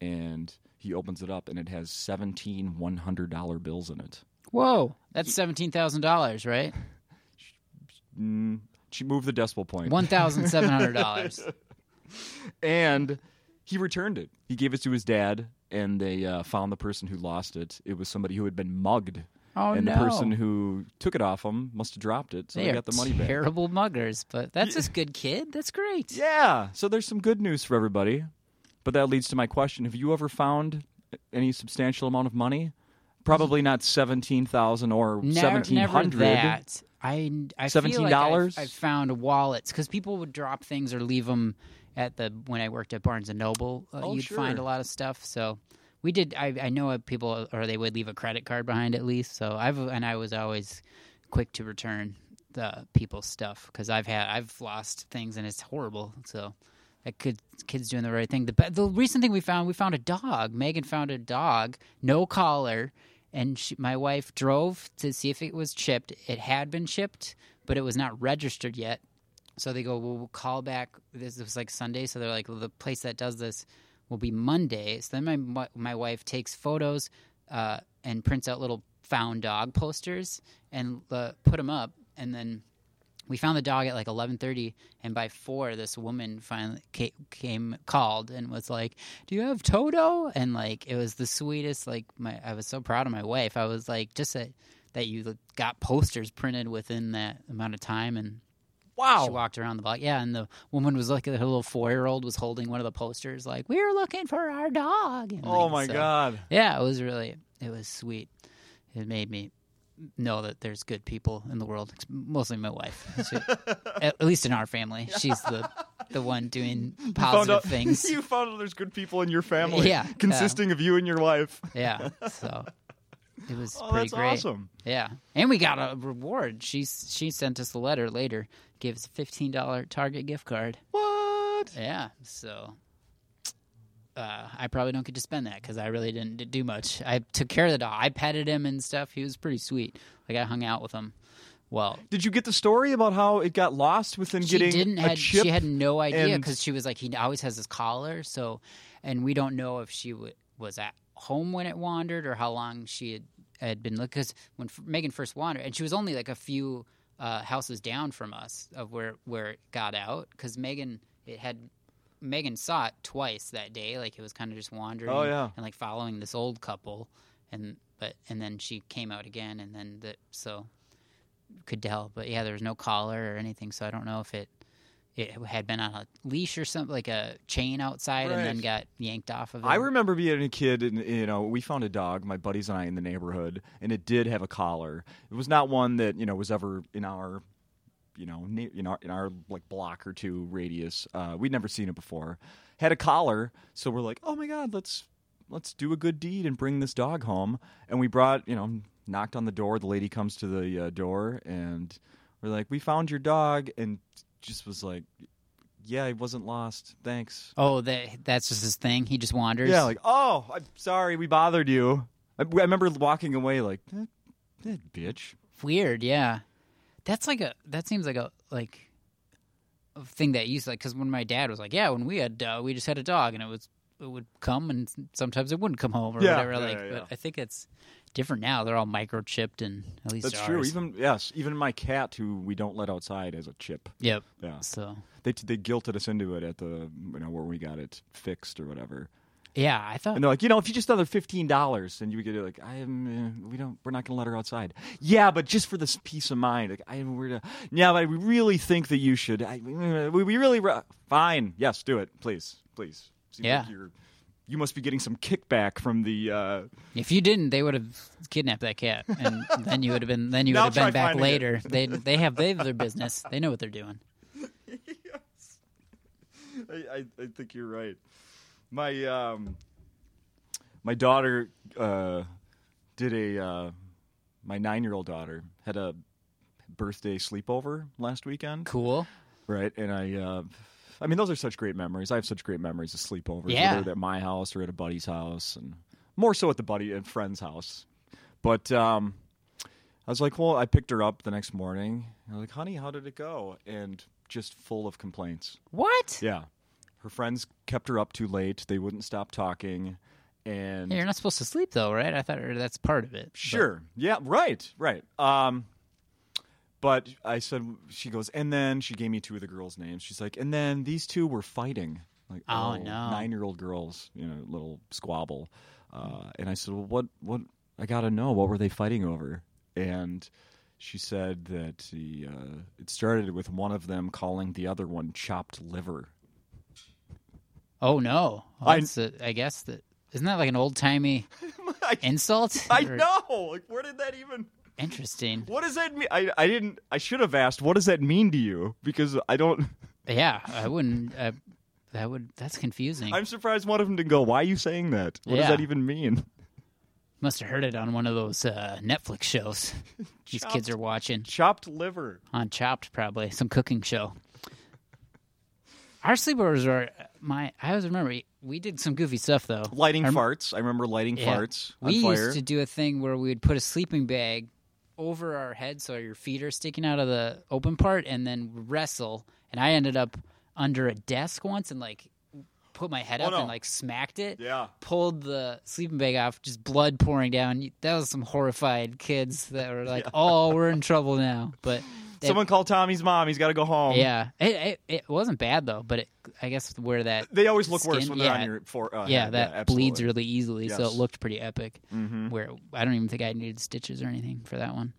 And he opens it up, and it has 17 one hundred dollar bills in it. Whoa. That's $17,000, right? Mm, she moved the decimal point. $1,700. and he returned it. He gave it to his dad, and they uh, found the person who lost it. It was somebody who had been mugged [LAUGHS] Oh, and no. the person who took it off him must have dropped it, so They they, are got the money back. terrible muggers, but that's this good kid. That's great. Yeah. So there's some good news for everybody. But that leads to my question. Have you ever found any substantial amount of money? Probably not 17,000 or Ne- never 1700. that. I, I feel like $17? I've- I've found wallets because people would drop things or leave them at the when I worked at Barnes and Noble. Uh, Oh, you'd find a sure. lot of stuff. So we did. I, I know of people or they would leave a credit card behind at least. So I've and I was always quick to return the people's stuff because I've had I've lost things and it's horrible. So. I could kids doing the right thing. The be- the recent thing we found, we found a dog. Megan found a dog, no collar, and she, my wife drove to see if it was chipped. It had been chipped, but it was not registered yet. So they go, well, we'll call back. This was like Sunday, so they're like, well, the place that does this will be Monday. So then my mu- my wife takes photos uh, and prints out little found dog posters and uh, put them up, and then we found the dog at like 11:30 and by 4 this woman finally came, came called and was like do you have Toto and like it was the sweetest like my I was so proud of my wife I was like just that that you got posters printed within that amount of time and she Wow. walked around the block yeah and the woman was like her little 4 year old was holding one of the posters like we are looking for our dog and, Oh like, my so- god. yeah, it was really it was sweet. It made me know that there's good people in the world, ex- mostly my wife. [LAUGHS] She- at least in our family, she's the the one doing Found positive out- things. [LAUGHS] you found out there's good people in your family. [LAUGHS] Yeah, Consisting of you and your wife. Yeah, so it was Oh, pretty that's great. awesome. Yeah, and we got a reward. She s- she sent us a letter later, gave us a fifteen dollar Target gift card. What? Yeah, so. Uh, I probably don't get to spend that because I really didn't d- do much. I took care of the dog. I petted him and stuff. He was pretty sweet. Like I hung out with him. Well, Did you get the story about how it got lost within she getting didn't. a Had, chip? she had no idea and- because she was like he always has his collar. So, and we don't know if she w- was at home when it wandered or how long she had, had been looking. Because when f- Megan first wandered, and she was only like a few uh, houses down from us of where where it got out. Because Megan it had Megan saw it twice that day. Like it was kind of just wandering. Oh, yeah. and like following this old couple, and but and then she came out again, and then that so could tell. But yeah, there was no collar or anything, so I don't know if it it had been on a leash or something, like a chain outside, and then Right. got yanked off of it. I remember being a kid, and you know, we found a dog, my buddies and I, in the neighborhood, and it did have a collar. It was not one that you know was ever in our, you know, ne- in our in our like block or two radius. Uh, we'd never seen it before. Had a collar, so we're like, oh my god, let's let's do a good deed and bring this dog home. And we brought, you know, knocked on the door. The lady comes to the uh, door, and we're like, we found your dog, and just was like, yeah, he wasn't lost. Thanks. Oh, that that's just his thing. He just wanders. Yeah, like, oh, I'm sorry, we bothered you. I, I remember walking away like, that, that bitch. weird. Yeah, that's like a that seems like a like a thing that used like because when my dad was like, yeah, when we had uh, we just had a dog and it was it would come and sometimes it wouldn't come home or Yeah. whatever. Yeah, like, yeah, yeah. but I think it's different now. They're all microchipped and at least That's true. ours. Even yes, even my cat, who we don't let outside, has a chip. Yep. Yeah, So they they guilted us into it at the you know where we got it fixed or whatever. yeah, I thought And they're like, you know, if you just another fifteen dollars, and you would get it like, I am, uh, we don't, we're not going to let her outside. Yeah, but just for this peace of mind, like, I we're to, yeah, but we really think that you should. I, we, we really, re- fine, yes, do it, please, please. Seems Yeah. like you're, you must be getting some kickback from the. Uh, If you didn't, they would have kidnapped that cat, [LAUGHS] and then you would have been then you Now would have try been back finding it. later. They they have they have their business. They know what they're doing. I, I, I think you're right. My um, my daughter uh, did a uh, my nine year old daughter had a birthday sleepover last weekend. Cool. Right, and I, uh, I mean, those are such great memories. I have such great memories of sleepovers, Yeah. whether at my house or at a buddy's house, and more so at the buddy and friend's house. But um, I was like, well, I picked her up the next morning. And I was like, honey, how did it go? And just full of complaints. What? Yeah, her friends kept her up too late. They wouldn't stop talking, and Hey, you're not supposed to sleep though, right? I thought that's part of it. but- Sure. Yeah. Right. Right. Um, but I said she goes, and then she gave me two of the girls' names. She's like, and then these two were fighting, like Oh, no. nine-year-old girls, you know, little squabble. Uh, and I said, well, what, what, I gotta know what were they fighting over?" And she said that the uh, it started with one of them calling the other one chopped liver. Oh no! Well, I- that's a- I guess that isn't that like an old timey [LAUGHS] I, insult? [LAUGHS] I Or- know. Like, where did that even? Interesting. What does that mean? I, I didn't. I should have asked. What does that mean to you? Because I don't. Yeah, I wouldn't. Uh, that would. That's [LAUGHS] confusing. I'm surprised one of them didn't go. Why are you saying that? What does Yeah. that even mean? Must have heard it on one of those uh, Netflix shows. [LAUGHS] These kids Chopped. are watching Chopped liver. on Chopped, probably some cooking show. Our sleepovers were my. I always remember we did some goofy stuff though. Lighting Our- farts. I remember lighting Yeah. farts on We fire. used to do a thing where we would put a sleeping bag over our head so your feet are sticking out of the open part and then wrestle. And I ended up under a desk once and like put my head Oh, up no. and like smacked it. Yeah. Pulled the sleeping bag off, just blood pouring down. You- That was some horrified kids that [LAUGHS] were like, "Oh, we're in trouble now." But that- Someone called Tommy's mom. He's got to go home. yeah, it, it it wasn't bad though. But it, I guess where that They always look worse Skin- when they're yeah. on your for. Uh, yeah head. that bleeds absolutely. really easily, so it Yes. looked pretty epic Mhm. where I don't even think I needed stitches or anything for that one.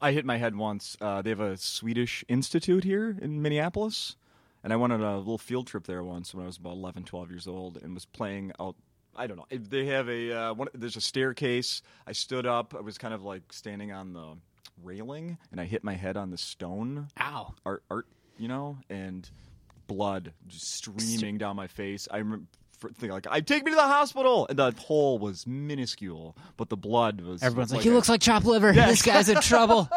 I hit my head once. Uh, they have a Swedish institute here in Minneapolis, and I went on a little field trip there once when I was about 11, 12 years old, and was playing out. I don't know. If They have a uh, one, there's a staircase. I stood up. I was kind of like standing on the railing, and I hit my head on the stone Ow. art, art you know, and blood just streaming down my face. I remember. Thing like I take me to the hospital, and the hole was minuscule, but the blood was. Everyone's like, like he a- looks like chopped liver. This guy's [LAUGHS] in trouble.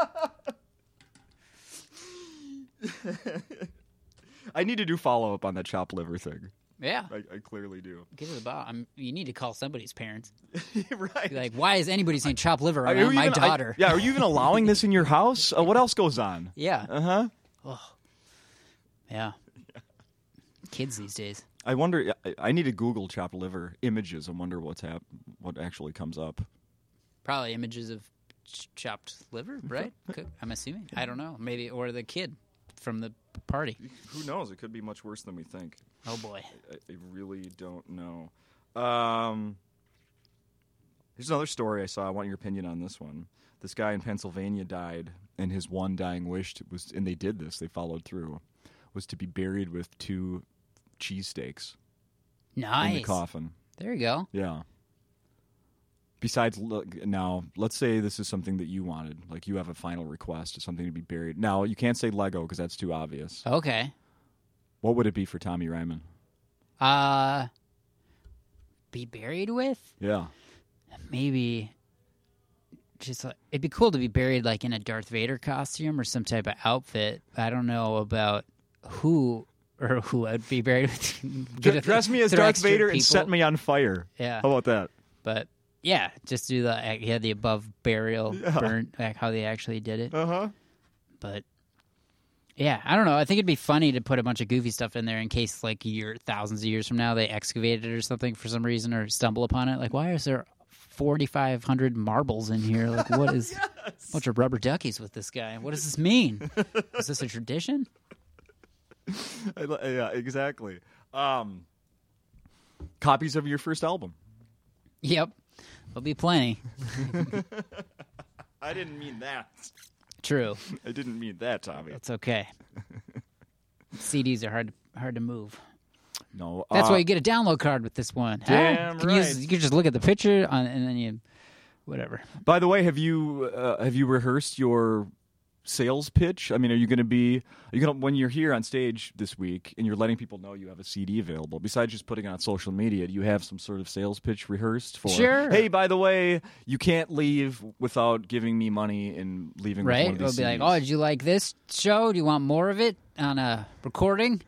I need to do follow up on that chopped liver thing. yeah. I, I clearly do. Get to the bottom. You need to call somebody's parents. [LAUGHS] right. Be like, why is anybody saying chopped liver Are around you my even- I- daughter? yeah, are you even allowing this [LAUGHS] in your house? Uh, what else goes on? yeah. Uh huh. Yeah. Kids these days. I wonder. I, I need to Google chopped liver images and wonder what's hap- what actually comes up. Probably images of ch- chopped liver, [LAUGHS] right? Could- I'm assuming. I don't know. Maybe, or the kid from the party. Who knows? It could be much worse than we think. Oh, boy. I, I really don't know. Um, here's another story I saw. I want your opinion on this one. This guy in Pennsylvania died, and his one dying wish t- was, and they did this, they followed through, was to be buried with two cheesesteaks in the Nice. coffin. There you go. Yeah. Besides, look, now, let's say this is something that you wanted. Like, you have a final request of something to be buried. Now, you can't say Lego because that's too obvious. Okay. What would it be for Tommy Ryman? Uh, be buried with? Yeah. maybe just like, it'd be cool to be buried like in a Darth Vader costume or some type of outfit. I don't know about who or who I'd be buried with. [LAUGHS] Get a- dress me as throw Darth extra Vader and people. set me on fire. Yeah, How about that? but yeah, just do the yeah the above burial burn like how they actually did it. Uh huh. But yeah, I don't know. I think it'd be funny to put a bunch of goofy stuff in there in case like year thousands of years from now they excavate it or something for some reason or stumble upon it. Like, why is there forty five hundred marbles [LAUGHS] in here? Like, what is a bunch of rubber duckies with this guy? What does this mean? is this a tradition? Yeah, exactly. Um, copies of your first album. Yep, there'll be plenty. I didn't mean that. True, [LAUGHS] I didn't mean that, Tommy. it's okay. CDs are hard hard to move. No, That's uh, why you get a download card with this one. Damn You can use- right. you can just look at the picture on, and then you, whatever. By the way, have you uh, have you rehearsed your sales pitch? I mean, are you going to be are you going to when you're here on stage this week and you're letting people know you have a CD available? Besides just putting it on social media, do you have some sort of sales pitch rehearsed for? Sure. Hey, by the way, you can't leave without giving me money and leaving. With Right? one of It'll these be like, CDs." oh, did you like this show? Do you want more of it on a recording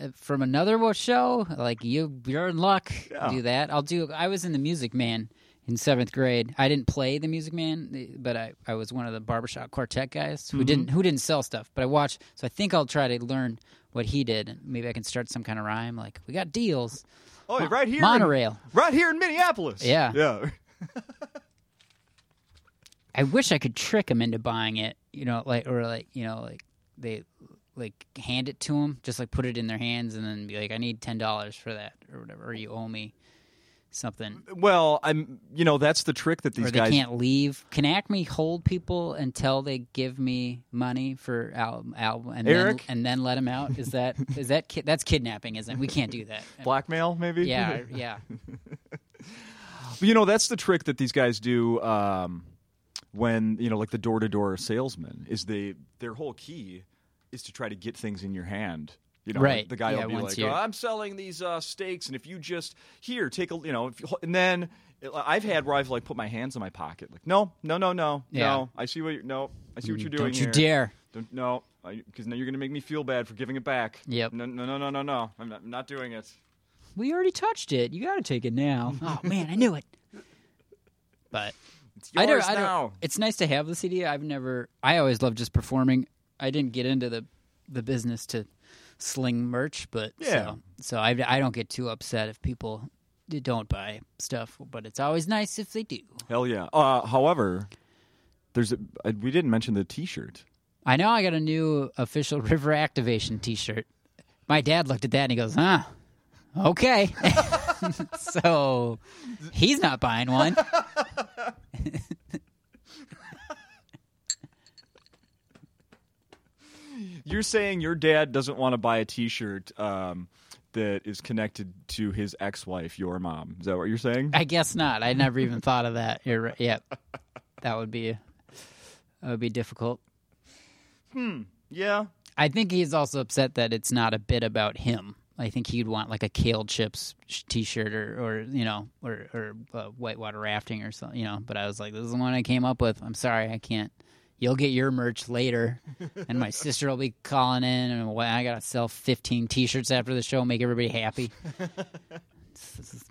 uh, from another wo- show? Like you, you're in luck. Yeah. Do that. I'll do. I was in the Music Man in seventh grade. I didn't play the Music Man, eh, but I, I was one of the barbershop quartet guys Mm-hmm. who didn't who didn't sell stuff. But I watched, so I think I'll try to learn what he did, and maybe I can start some kind of rhyme. Like we got deals, Oh, right here, in- monorail. right here in Minneapolis. Yeah. yeah. I wish I could trick them into buying it, you know, like or like you know, like they like hand it to them, just like put it in their hands, and then be like, "I need ten dollars for that" or whatever, or you owe me something. Well, I'm you know that's the trick that these or they guys can't leave. Can Acme hold people until they give me money for album, album and Eric? then and then let them out? Is that is that ki- that's kidnapping? Isn't it? we can't do that. blackmail maybe. [LAUGHS] Yeah, yeah. you know that's the trick that these guys do um, when you know like the door to door salesman is they their whole key is to try to get things in your hand. You know, Right. The guy Yeah, will be once like, you- "Oh, "I'm selling these uh, steaks, and if you just here take a you know," if you, and then I've had where I've like put my hands in my pocket, like, "No, no, no, no, Yeah. Mm, no, I see what you no, I see what you're doing Don't you here. dare. Don't, no, because now you're going to make me feel bad for giving it back. Yep. No, no, no, no, no, no. I'm not, I'm not doing it. We already touched it. You got to take it now. oh man, I knew it. But It's yours I don't, I don't- now. It's nice to have the CD. I've never. I always loved just performing. I didn't get into the the business to sling merch, but Yeah. So, so I I don't get too upset if people d- don't buy stuff, but it's always nice if they do. Hell yeah. Uh, however, there's a, I- we didn't mention the T-shirt. I know I got a new official [LAUGHS] River Activation T-shirt. My dad looked at that and he goes, "Huh." Okay, [LAUGHS] so he's not buying one. You're saying your dad doesn't want to buy a T-shirt um, that is connected to his ex-wife, your mom. Is that what you're saying? I guess not. I never even thought of that. You're right. Yep. That would be that would be difficult. yeah. I think he's also upset that it's not a bit about him. I think he'd want like a kale chips sh- t-shirt or, or you know or or uh, whitewater rafting or something, you know. But I was like, this is the one I came up with. I'm sorry, I can't. You'll get your merch later, and my sister will be calling in, and wha- I gotta sell 15 t-shirts after the show, make everybody happy. this, is,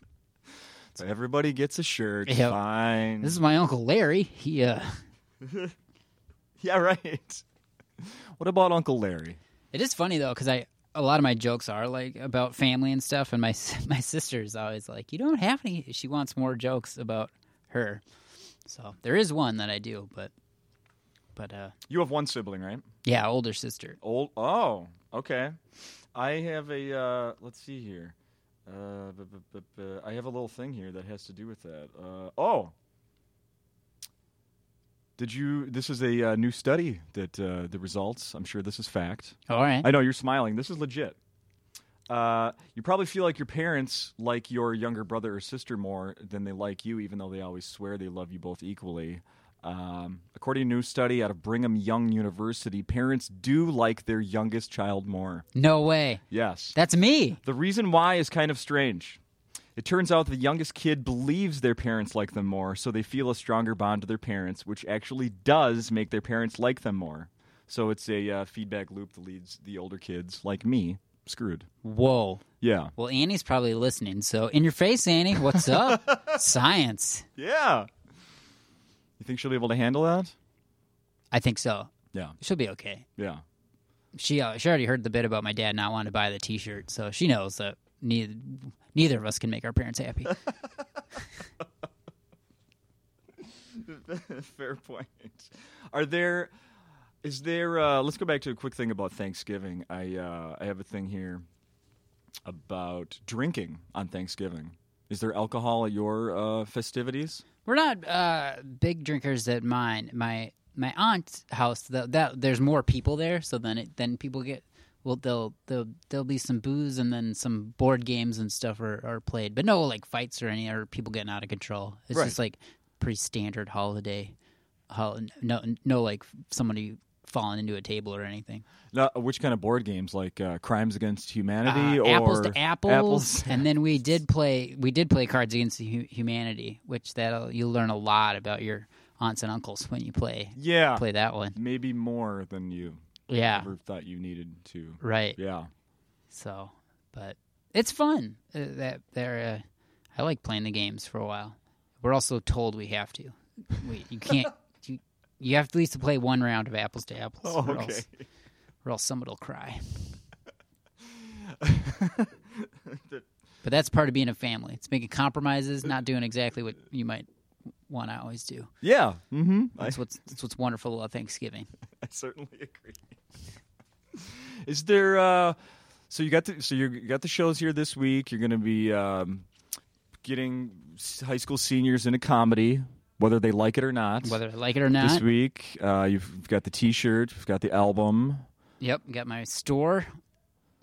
So everybody gets a shirt. Yep. Fine. this is my uncle Larry. He uh, [LAUGHS] yeah, right. What about Uncle Larry? It is funny though, because I a lot of my jokes are like about family and stuff, and my [LAUGHS] s- my sister's always like, "You don't have any." She wants more jokes about her, so there is one that I do, but but uh, You have one sibling, right? yeah, older sister. Old. Oh, okay. I have a. Uh, let's see here. Uh, bu- bu- bu- bu- I have a little thing here that has to do with that. Uh, oh. Did you? This is a uh, new study that uh, the results. I'm sure this is fact. All right, [LAUGHS] I know you're smiling. This is legit. Uh, you probably feel like your parents like your younger brother or sister more than they like you, even though they always swear they love you both equally. Um, according to a new study out of Brigham Young University, parents do like their youngest child more. no way, Yes. that's me. The reason why is kind of strange. It turns out the youngest kid believes their parents like them more, so they feel a stronger bond to their parents, which actually does make their parents like them more. So it's a uh, feedback loop that leads the older kids, like me, screwed. Whoa. Yeah. Well, Annie's probably listening, so in your face, Annie. What's up? Science. Yeah. You think she'll be able to handle that? I think so. Yeah. She'll be okay. Yeah. She uh, she already heard the bit about my dad not wanting to buy the T-shirt, so she knows that neither neither of us can make our parents happy. [LAUGHS] Fair point. Are there? Is there? Uh, let's go back to a quick thing about Thanksgiving. I uh, I have a thing here about drinking on Thanksgiving. Is there alcohol at your uh, festivities? We're not uh, big drinkers at mine. My my aunt's house. That, that there's more people there, so then it, then people get well. They'll they'll there'll be some booze and then some board games and stuff are, are played, but no like fights or any or people getting out of control. It's Right. just like pretty standard holiday. hol- No no like somebody falling into a table or anything. No, which kind of board games, like uh, Crimes Against Humanity Uh, or apples to apples, Apples? [LAUGHS] [LAUGHS] and then we did play we did play Cards Against Hu- Humanity, which that'll you'll learn a lot about your aunts and uncles when you play Yeah, play that one. maybe more than you Yeah, ever thought you needed to. right. Yeah, So, but it's fun. Uh, that they're uh, I like playing the games for a while. We're also told we have to. We, [LAUGHS] you can't. you, you have to at least to play one round of apples to apples, Oh, or, okay. else, or else somebody [LAUGHS] will cry. But that's part of being a family. It's making compromises, not doing exactly what you might want to always do. yeah. Mm-hmm. I, That's what's that's what's wonderful about Thanksgiving. [LAUGHS] I certainly agree. Is there? Uh, so you got the so you got the shows here this week. You're going to be um, getting s- high school seniors into comedy, whether they like it or not. whether I like it or this not. week, uh, you've got the T-shirt, you've got the album, [LAUGHS] Yep, got my store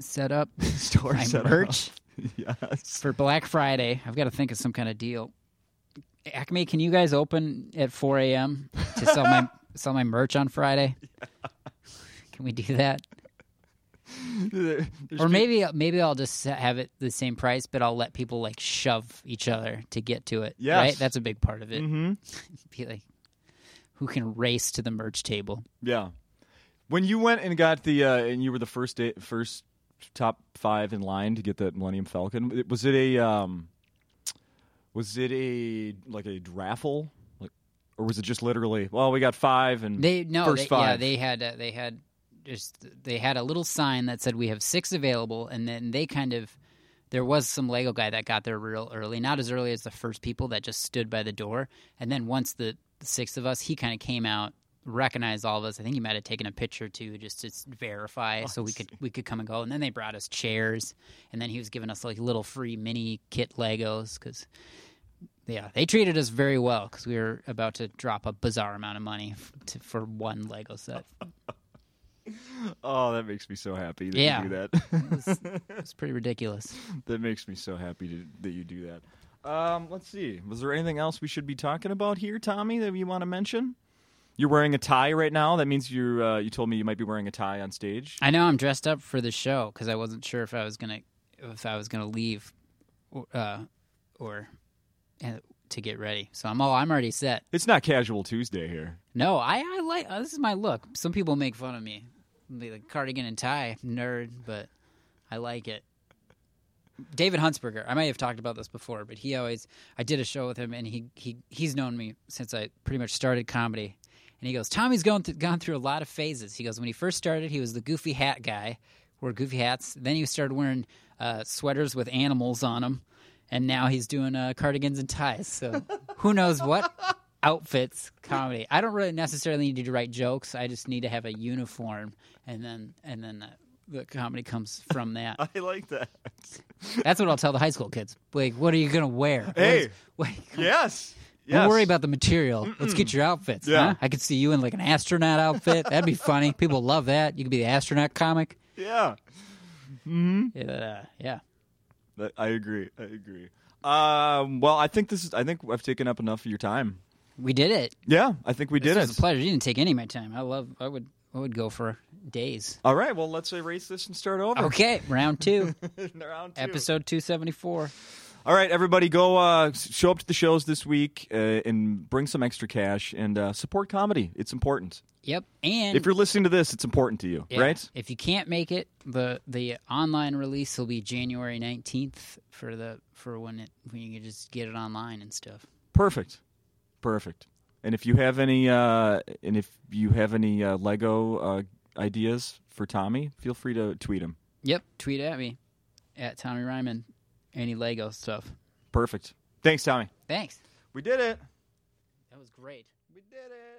set up. store my set up. merch Yes. for Black Friday. I've got to think of some kind of deal. Acme, can you guys open at 4 a.m. to [LAUGHS] sell my sell my merch on Friday? Can we do that? There's or pe- maybe maybe I'll just have it the same price, but I'll let people like shove each other to get to it. Yes. right. That's a big part of it. Mhm. [LAUGHS] Be like, who can race to the merch table? Yeah. When you went and got the, uh, and you were the first day, first top five in line to get that Millennium Falcon. it- Was it a, um, was it a like a raffle, like, or was it just literally? Well, we got five, and They no, First they, yeah, five. they had uh, they had just they had a little sign that said we have six available, and then they kind of there was some Lego guy that got there real early, not as early as the first people that just stood by the door, and then once the, the six of us, he kind of came out, recognized all of us. I think he might have taken a picture too, just to s- verify, so we could we could come and go. And then they brought us chairs, and then he was giving us like little free mini kit Legos because. Yeah, they treated us very well because we were about to drop a bizarre amount of money f- to, for one Lego set. oh, that makes me so happy that Yeah. you do that. [LAUGHS] It's pretty ridiculous. that makes me so happy to, that you do that. Um, let's see. Was there anything else we should be talking about here, Tommy, that you want to mention? You're wearing a tie right now. That means you uh, you told me you might be wearing a tie on stage. I know I'm dressed up for the show because I wasn't sure if I was gonna if I was gonna leave, or, uh, or uh, to get ready. So I'm all I'm already set. It's not casual Tuesday here. No, I I like uh, this is my look. Some people make fun of me, Be like cardigan and tie nerd, but I like it. David Huntsberger, I may have talked about this before, but he always I did a show with him, and he he he's known me since I pretty much started comedy. And he goes, Tommy's gone th- gone through a lot of phases. He goes, when he first started, he was the goofy hat guy, wore goofy hats. Then he started wearing uh, sweaters with animals on them, and now he's doing uh, cardigans and ties. So [LAUGHS] who knows what outfits comedy? I don't really necessarily need to write jokes. I just need to have a uniform, and then and then. Uh, the comedy comes from that. [LAUGHS] I like that. That's what I'll tell the high school kids. Like, what are you gonna wear? What Hey. is- wait, Yes. don't worry about the material. Let's get your outfits. Yeah. huh? I could see you in like an astronaut outfit. That'd be funny. People love that. You could be the astronaut comic. Yeah. Yeah, uh, yeah. That- I agree. I agree. Um, well, I think this is. I think I've taken up enough of your time. we did it. Yeah, I think we This did was it. a pleasure. You didn't take any of my time. I love. I would. I would go for [LAUGHS] days. All right. Well, let's erase this and start over. Okay, round two, [LAUGHS] Round two. episode two seventy four. All right, everybody, go uh, s- show up to the shows this week uh, and bring some extra cash and uh, support comedy. It's important. Yep. And If you're listening to this, it's important to you, Yeah. right? If you can't make it, the the online release will be January nineteenth for the for when it when you can just get it online and stuff. Perfect, perfect. And if you have any, uh, and if you have any uh, Lego uh, ideas for Tommy, feel free to tweet him. Yep. Tweet at me at Tommy Ryman. Any Lego stuff. Perfect. Thanks, Tommy. Thanks. We did it. That was great. We did it.